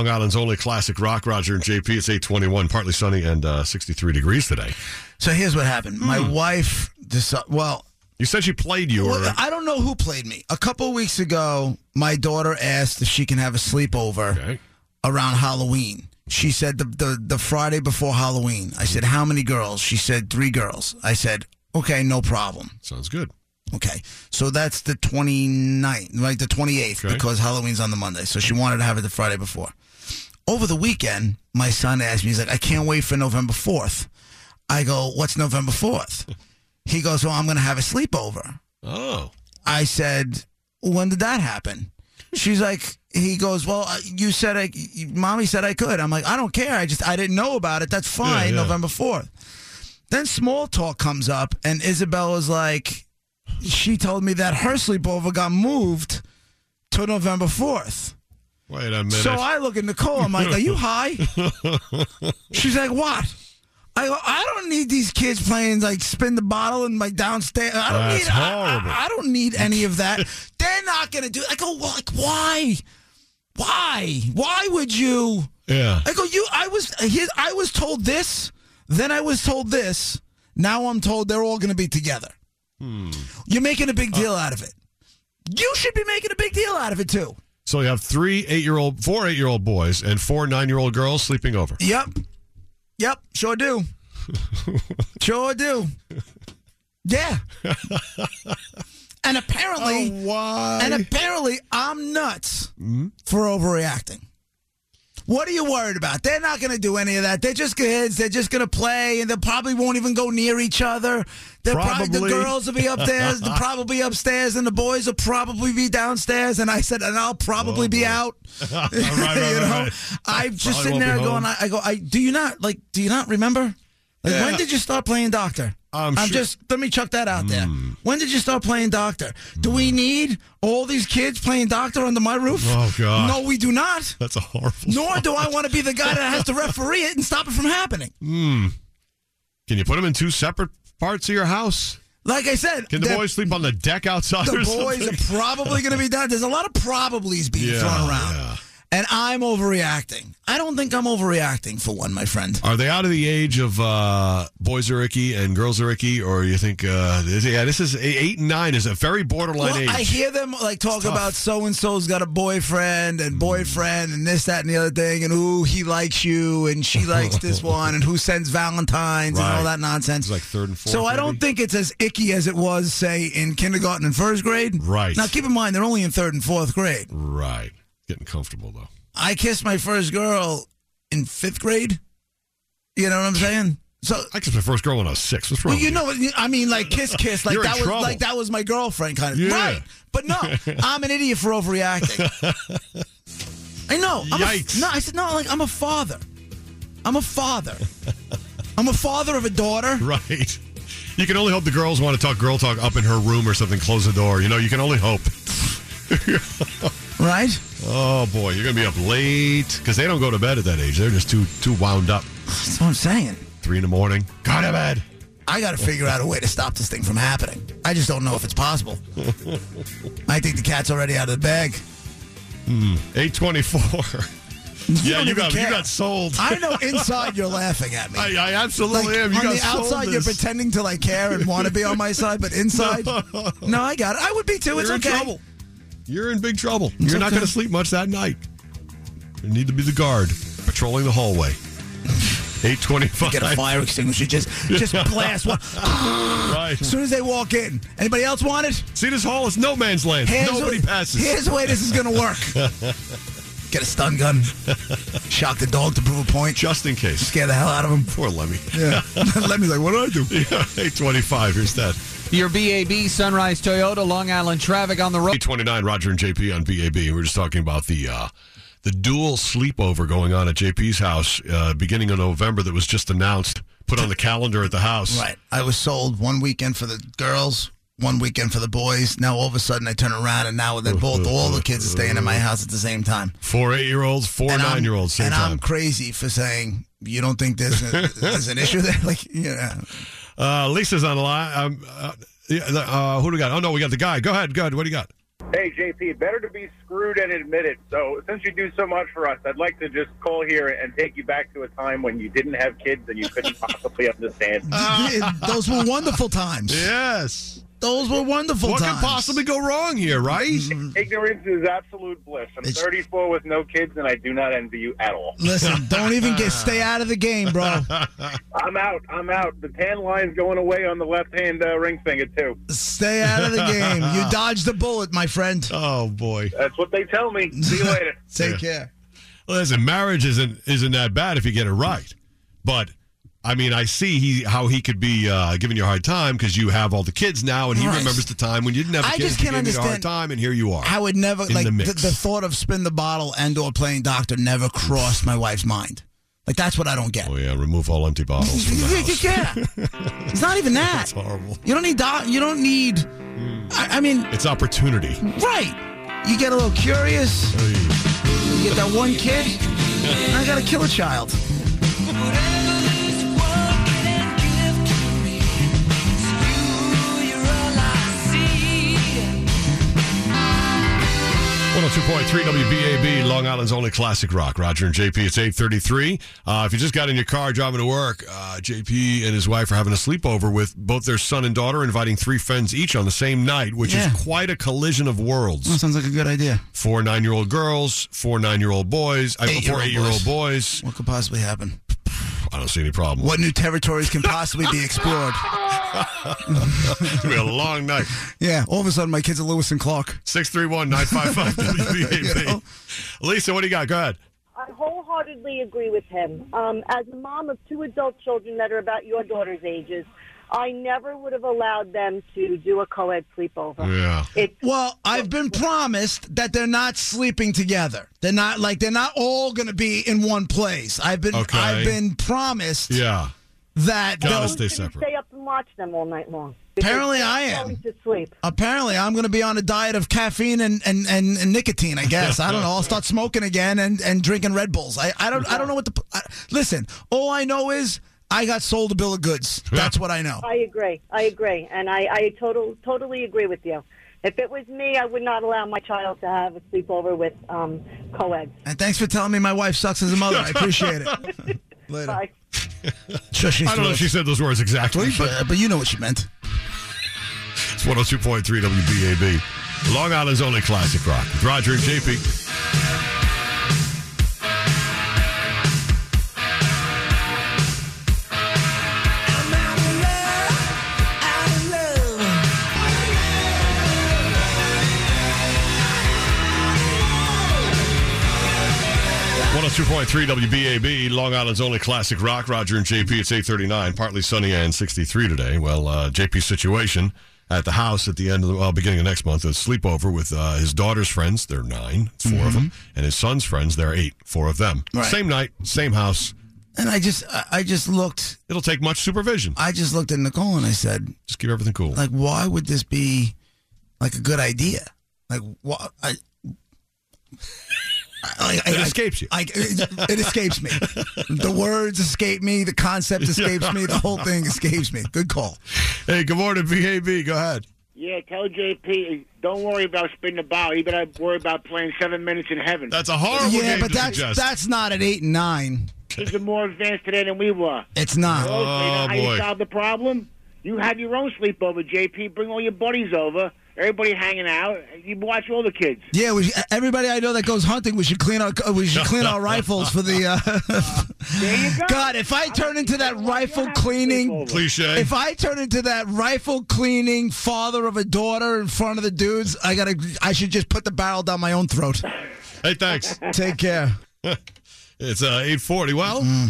Long Island's only classic rock, Roger and JP. It's 821, partly sunny and uh, 63 degrees today. So here's what happened. My wife decided. Well, You said she played you. Or, well, I don't know who played me. A couple weeks ago, my daughter asked if she can have a sleepover Okay. around Halloween. She said the, the the Friday before Halloween. I said how many girls? She said three girls. I said okay, no problem. Sounds good. Okay. So that's the 29th, right? The 28th, Okay. because Halloween's on the Monday. So she wanted to have it the Friday before. Over the weekend, my son asked me, he's like, I can't wait for November 4th. I go, What's November 4th? he goes, Well, I'm going to have a sleepover. Oh. I said, When did that happen? She's like, He goes, Well, uh, you said, I, you- Mommy said I could. I'm like, I don't care. I just, I didn't know about it. That's fine, yeah. November 4th. Then small talk comes up, and Isabella's like, she told me that her sleepover got moved to November 4th. Wait a minute. So I look at Nicole. I'm like, "Are you high?" She's like, "What?" I go, "I don't need these kids playing like spin the bottle and like downstairs. I don't That's need. I- horrible. I, I don't need any of that. They're not gonna do." I go, well, "Like why? Why? Why would you?" yeah. I go, "You. I was. Here, I was told this. Then I was told this. Now I'm told they're all gonna be together. Hmm. You're making a big Uh, deal out of it. You should be making a big deal out of it too." So you have three eight-year-old, four eight-year-old boys and four nine-year-old girls sleeping over. Yep. Yep. Sure do. sure do. Yeah. and apparently, Oh, why? and apparently, I'm nuts for overreacting. What are you worried about? They're not going to do any of that. They're just kids. They're just going to play, and they probably won't even go near each other. They're probably, Probably. the girls will be upstairs, they're probably upstairs, and the boys will probably be downstairs. And I said, and I'll probably be out. right, you right, know, right. I'm just Probably sitting won't there be going, home. I, I go, I do you not like? Do you not remember? Like, Yeah. when did you start playing doctor? I'm sure- Hmm. just let me chuck that out there. When did you start playing doctor? Do we need all these kids playing doctor under my roof? Oh, God. No, we do not. That's a horrible. Nor do I want to be the guy that has to referee it and stop it from happening. Can you put them in two separate parts of your house? Like I said, Can the they're- boys sleep on the deck outside? or the boys something? are probably going to be down. There's a lot of probablys being Yeah, thrown around. yeah. And I'm overreacting. I don't think I'm overreacting for one, my friend. Are they out of the age of uh, boys are icky and girls are icky, or you think uh, this, yeah, this is eight and nine is a very borderline Well, age? I hear them like talk tough. Mm. about so and so's got a boyfriend and boyfriend and this, that, and the other thing, and ooh, he likes you and she likes this one, and who sends Valentines and Right. all that nonsense. It's like third and fourth, So I don't maybe? think it's as icky as it was, say, in kindergarten and first grade. Right. Now, keep in mind, they're only in third and fourth grade. right, getting comfortable though. I kissed my first girl in fifth grade. You know what I'm saying? So I kissed my first girl when I was six. What's wrong? well, you with know, what I mean, like kiss, kiss, like You're in that was trouble. like that was my girlfriend kind of Yeah. right. But no, I'm an idiot for overreacting. I know. I'm Yikes. A, no, I said no. Like I'm a father. I'm a father. I'm a father of a daughter. right? You can only hope the girls want to talk girl talk up in her room or something. Close the door. You know, you can only hope. Right? Oh boy, you're gonna be up late because they don't go to bed at that age. They're just too too wound up. That's what I'm saying. Three in the morning. Go to bed. I got to figure out a way to stop this thing from happening. I just don't know if it's possible. I think the cat's already out of the bag. Eight twenty four. Yeah, don't you even got care. you got sold. I know inside you're laughing at me. I, I Like, absolutely am. Oh, You on got the sold outside, this. you're pretending to like care and want to be on my side, but inside, no. I got it. I would be too. it's You're in okay. trouble. You're in big trouble. you're not okay. going to sleep much that night. You need to be the guard patrolling the hallway. Eight Get a twenty-five. fire extinguisher. Just, just blast one. Right. As soon as they walk in, anybody else want it? See, this hall is no man's land. Nobody the- passes. Here's the way this is gonna work. Get a stun gun. Shock the dog to prove a point. Just in case. Scare the hell out of him. Poor Lemmy. Yeah. Lemmy's like, what do I do? Yeah, Eight twenty-five. Here's that. Your BAB Sunrise Toyota Long Island traffic on the road. Eight twenty-nine. Roger and JP on BAB. We We're just talking about the. Uh, the dual sleepover going on at JP's house uh, beginning of November that was just announced, put on the calendar at the house. Right. I was sold one weekend for the girls, one weekend for the boys. Now all of a sudden I turn around and now they're both all the kids are staying in my house at the same time. Four eight year olds, four And I'm- nine year olds, same and time. I'm crazy for saying you don't think there's, a, there's an issue there. Like you know, Uh, Lisa's on the line. Um, uh, yeah, uh, who do we got? Oh no, we got the guy. Go ahead, go ahead. What do you got? Hey, JP, better to be screwed and admit it. So, since you do so much for us, I'd like to just call here and take you back to a time when you didn't have kids and you couldn't possibly understand. Uh, Uh, Those were wonderful times. Yes. Those were wonderful What times. Mm-hmm. could possibly go wrong here, right? Ignorance is absolute bliss. I'm It's- 34 with no kids, and I do not envy you at all. Listen, don't even get stay out of the game, bro. I'm out. I'm out. The tan line's going away on the left-hand uh, ring finger too. Stay out of the game. You dodged the bullet, my friend. Oh boy. That's what they tell me. See you later. Take care. Well, listen, marriage isn't isn't that bad if you get it right. But I mean, I see he how he could be uh, giving you a hard time because you have all the kids now, and he Right. remembers the time when you didn't have the I kids. just he can't gave you a hard understand time, and here you are. I would never In like the the, mix. the thought of spin the bottle and or playing doctor never crossed my wife's mind. Like that's what I don't get. oh yeah, remove all empty bottles from the house. yeah, it's not even that. It's horrible. You don't need doc. You don't need. I, I mean, It's opportunity. right? You get a little curious. You get that one kid. and I gotta kill a child. One hundred two point three WBAB, Long Island's only classic rock. Roger and JP. It's eight thirty three. Uh, if you just got in your car driving to work, uh, JP and his wife are having a sleepover with both their son and daughter, inviting three friends each on the same night, which Yeah. Mm. is quite a collision of worlds. That sounds like a good idea. four nine year old girls, four nine year old boys, I mean, four Eight-year-old eight year old boys. What could possibly happen? I don't see any problem. What new territories can possibly be explored? It's going to be a long night. Yeah, all of a sudden my kids are Lewis and Clark. 631 955 You know? WBAB. Lisa, what do you got? Go ahead. I wholeheartedly agree with him. Um, as a mom of two adult children that are about your daughter's ages, I never would have allowed them to do a co-ed sleepover. Yeah. It's Well, I've been promised that they're not sleeping together. They're not like they're not all going to be in one place. I've been Okay. I've been promised Yeah. that Gotta they'll- stay Who's gonna separate. Stay up and watch them all night long. Apparently Because I they're am. Going to sleep. apparently I'm going to be on a diet of caffeine and, and, and, and nicotine. I guess I don't know. I'll start smoking again and, and drinking Red Bulls. I, I don't I don't know what the I, listen. All I know is I got sold a bill of goods. That's what I know. I agree. I agree, and I, I total, totally agree with you. If it was me, I would not allow my child to have a sleepover with um, co-ed. And thanks for telling me my wife sucks as a mother. I appreciate it. Later. Bye. Sure, she's I don't know if she said those words exactly, but but, but you know what she meant. it's 102.3 WBAB. Long Island's only classic rock with Roger and JP. One hundred two point three WBAB, Long Island's only classic rock. Roger and JP. It's eight thirty nine. Partly sunny and sixty three today. Well, uh, JP's situation at the house at the end of the well, beginning of next month a sleepover with uh, his daughter's friends. They're nine, it's 4 of them, and his son's friends. They're eight, four of them. Mm-hmm. Right. Same night, same house. And I just I- I just looked It'll take much supervision. I just looked at Nicole and I said, Just keep everything cool. like, why would this be like a good idea? Like, what I. I- I- It escapes you. I, it, it escapes me. The words escape me. The concept escapes me. The whole thing escapes me. Good call. Hey, good morning, BAB. Go ahead. Yeah, tell JP, don't worry about spinning the ball. You better worry about playing seven minutes in heaven. That's a horrible yeah, game but to that's suggest. that's not at eight and nine. Kids are more advanced today than we were. It's not. Okay, now how Oh, boy. you solve the problem? You have your own sleepover, JP. Bring all your buddies over. Everybody hanging out. You watch all the kids. Yeah, we, everybody I know that goes hunting, we should clean our we should clean our rifles for the. Uh, There you go. God, if I turn into that rifle cleaning Cliche. If I turn into that rifle cleaning father of a daughter in front of the dudes, I gotta. I should just put the barrel down my own throat. hey, thanks. Take care. It's uh, eight forty. Well, Mm.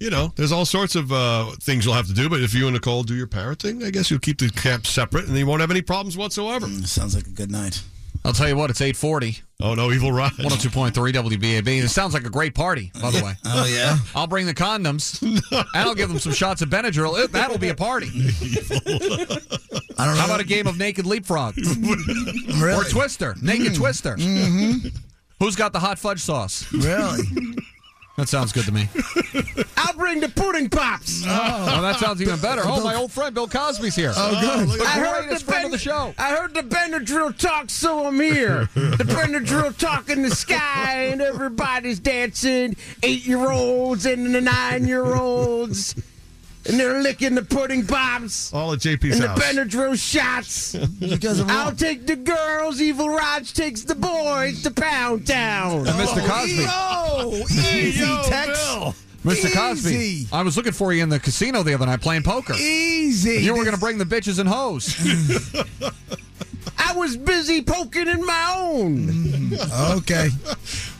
you know, there's all sorts of uh, things you'll have to do. But if you and Nicole do your parenting, I guess you'll keep the camp separate, and you won't have any problems whatsoever. Sounds like a good night. I'll tell you what, it's 840, Oh no, evil ride. 102.3 WBAB. It sounds like a great party, by the way. Oh yeah. I'll bring the condoms, and I'll give them some shots of Benadryl. It- that'll be a party. I don't know. How about a game of naked leapfrog? really? Or Twister. Naked Twister. Who's got the hot fudge sauce? Really? That sounds good to me. I'll bring the pudding pops. Oh, that sounds even better. Oh, my old friend Bill Cosby's here. Oh, good. I heard greatest the, friend ben- of the show. I heard the Bender Drill talk, so I'm here. the Bender Drill talk in the sky, and everybody's dancing. Eight year olds and the nine year olds, and they're licking the pudding pops. Oh, All at JP's And the house. Bender Drill shots. You guys are I'll wrong. take the girls. Evil Raj takes the boys to Pound Town. And Oh, Mr. Cosby. Yo, easy, Tex. Mr. Cosby. Easy. I was looking for you in the casino the other night playing poker. Easy. You were going to bring the bitches and hoes. I was busy poking in my own Okay.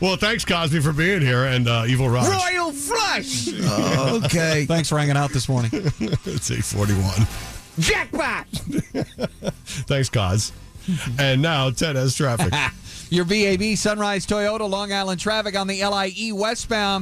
Well, thanks, Cosby, for being here and uh, Evil Mm-hmm. Raj. royal flush Okay. Thanks for hanging out this morning. It's 841. jackpot. Thanks, Cos. and now Ted has traffic. Your VAB Sunrise Toyota Long Island traffic on the LIE E westbound.